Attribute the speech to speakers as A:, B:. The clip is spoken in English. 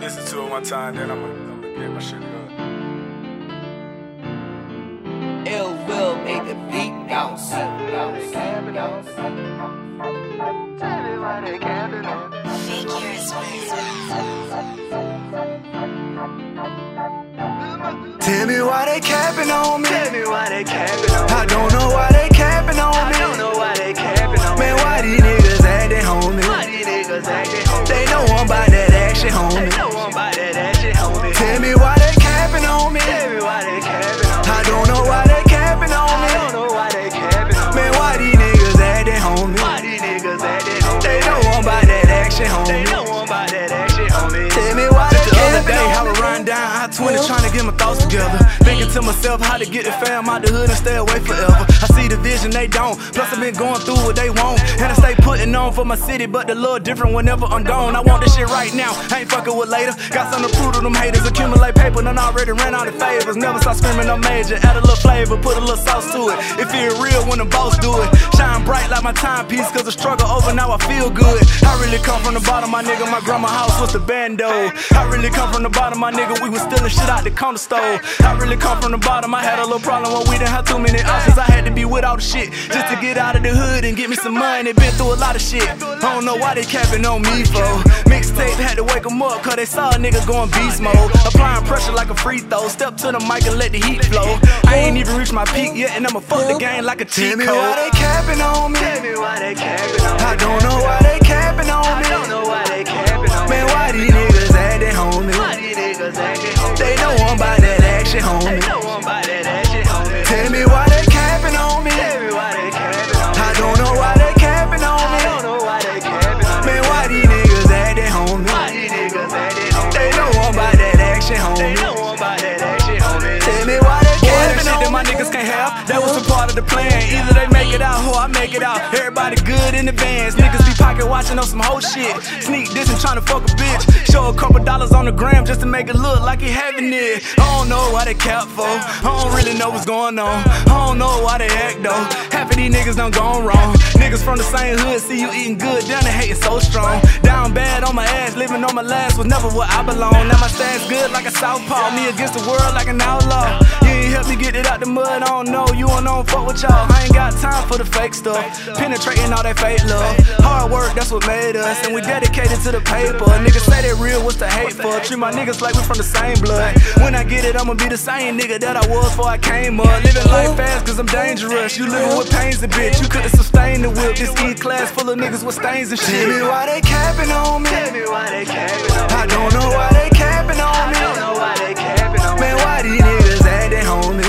A: listen to it one time, then I'm gonna, I'm gonna get my shit up.
B: Ill will make the beat bounce.
C: Tell me why they capping on me.
D: Tell me why they capping on
C: I don't know why they capping on
D: I
C: me.
D: don't know why they capping on
C: Man, why these niggas acting homie?
D: Why these niggas acting homie?
C: They know I'm about that action
D: They
C: homie.
D: know I'm about that action homie.
C: Tell me why they capping on me.
D: Tell me why they capping on
C: I don't know why they capping on
D: I
C: me.
D: don't know why they capping on
C: Man, why these niggas acting
D: Why
C: homie?
D: these niggas acting homie?
C: They know I'm about that action homie.
D: They know I'm about that action homie.
C: Tell me why
D: Just
C: they
D: the other
C: capping
D: day, I
C: on me.
D: was riding down I 20 trying to get my thoughts together. Thinking to myself how to get the fam out the hood and stay away forever. I see the vision they don't. Plus, I've been going through what they want. And I stay putting on for my city, but a little different whenever I'm gone. I want this shit right now. I ain't fucking with later. Got something to prove to them haters. Accumulate paper, done already ran out of favors. Never stop screaming, I'm major. Add a little flavor, put a little sauce to it. It feel real when the boss do it. Shine bright like my timepiece, cause the struggle over now I feel good. I really come from the bottom, my nigga. My grandma house was the bando. I really come from the bottom, my nigga. We was stealing shit out the corner store. I really come from the bottom. I had a little problem when we didn't have too many options. I had to be with all the shit just to get out of the hood and get me some money. Been through a lot of shit. I don't know why they capping on me for. Mixtape had to wake 'em up, cause they saw a nigga going beast mode. Applying pressure like a free throw. Step to the mic and let the heat flow. I ain't even reached my peak yet, and I'ma fuck the game like a
C: Tell
D: cheat
C: me why they
D: code.
C: capping on me.
D: Tell me why they capping on
C: I don't know why they capping on
D: I don't
C: me.
D: know why they capping on
C: Man, why these niggas acting homie?
D: Why these niggas acting homie?
C: They know I'm about that action
D: They
C: homie.
D: know I'm about that action homie.
C: Tell me why they capping on me.
D: Tell me why they capping on me.
C: I don't know why they capping on
D: I don't
C: me.
D: know why they capping on me.
C: Man, why these niggas acting
D: Why
C: homie?
D: these niggas acting homie?
C: They know I'm about that action
D: They
C: homie.
D: know I'm about that action homie.
C: Tell me why they
D: Boy, that shit
C: capping
D: that
C: on
D: my
C: me.
D: niggas can't have, that was a part of the plan. Either they make it out or I make it out. Everybody good in advance. Niggas be pocket watching on some whole shit. Sneak this and tryna fuck a bitch. Show a couple dollars on the gram just to make it look like he having it. I don't know why they cap for. I don't really know what's going on. I don't know why they act though. Half of these niggas done gone wrong. Niggas from the same hood see you eating good, down they hating so strong. Down bad on my ass, living on my last was never where I belong. Now my stats good like a southpaw, me against the world like an outlaw. You ain't help me get it out the mud, I don't know. You don't know, fuck with y'all. I ain't got time for the fake stuff. Penetrating all that fake love. Hard work, that's what made us. And we dedicated to the paper. Niggas say that real, what's the hate for? Treat my niggas like we from the same blood. When I get it, I'ma be the same nigga that I was before I came up. Living life fast, cause I'm dangerous. You living with pains and bitch. You couldn't sustain the whip. This E class full of niggas with stains and
C: Tell me
D: shit.
C: why they capping on me.
D: Tell me why they capping on me.
C: I don't know why they capping on
D: I don't
C: me.
D: know why they capping on me.
C: Man, why these niggas acting homie?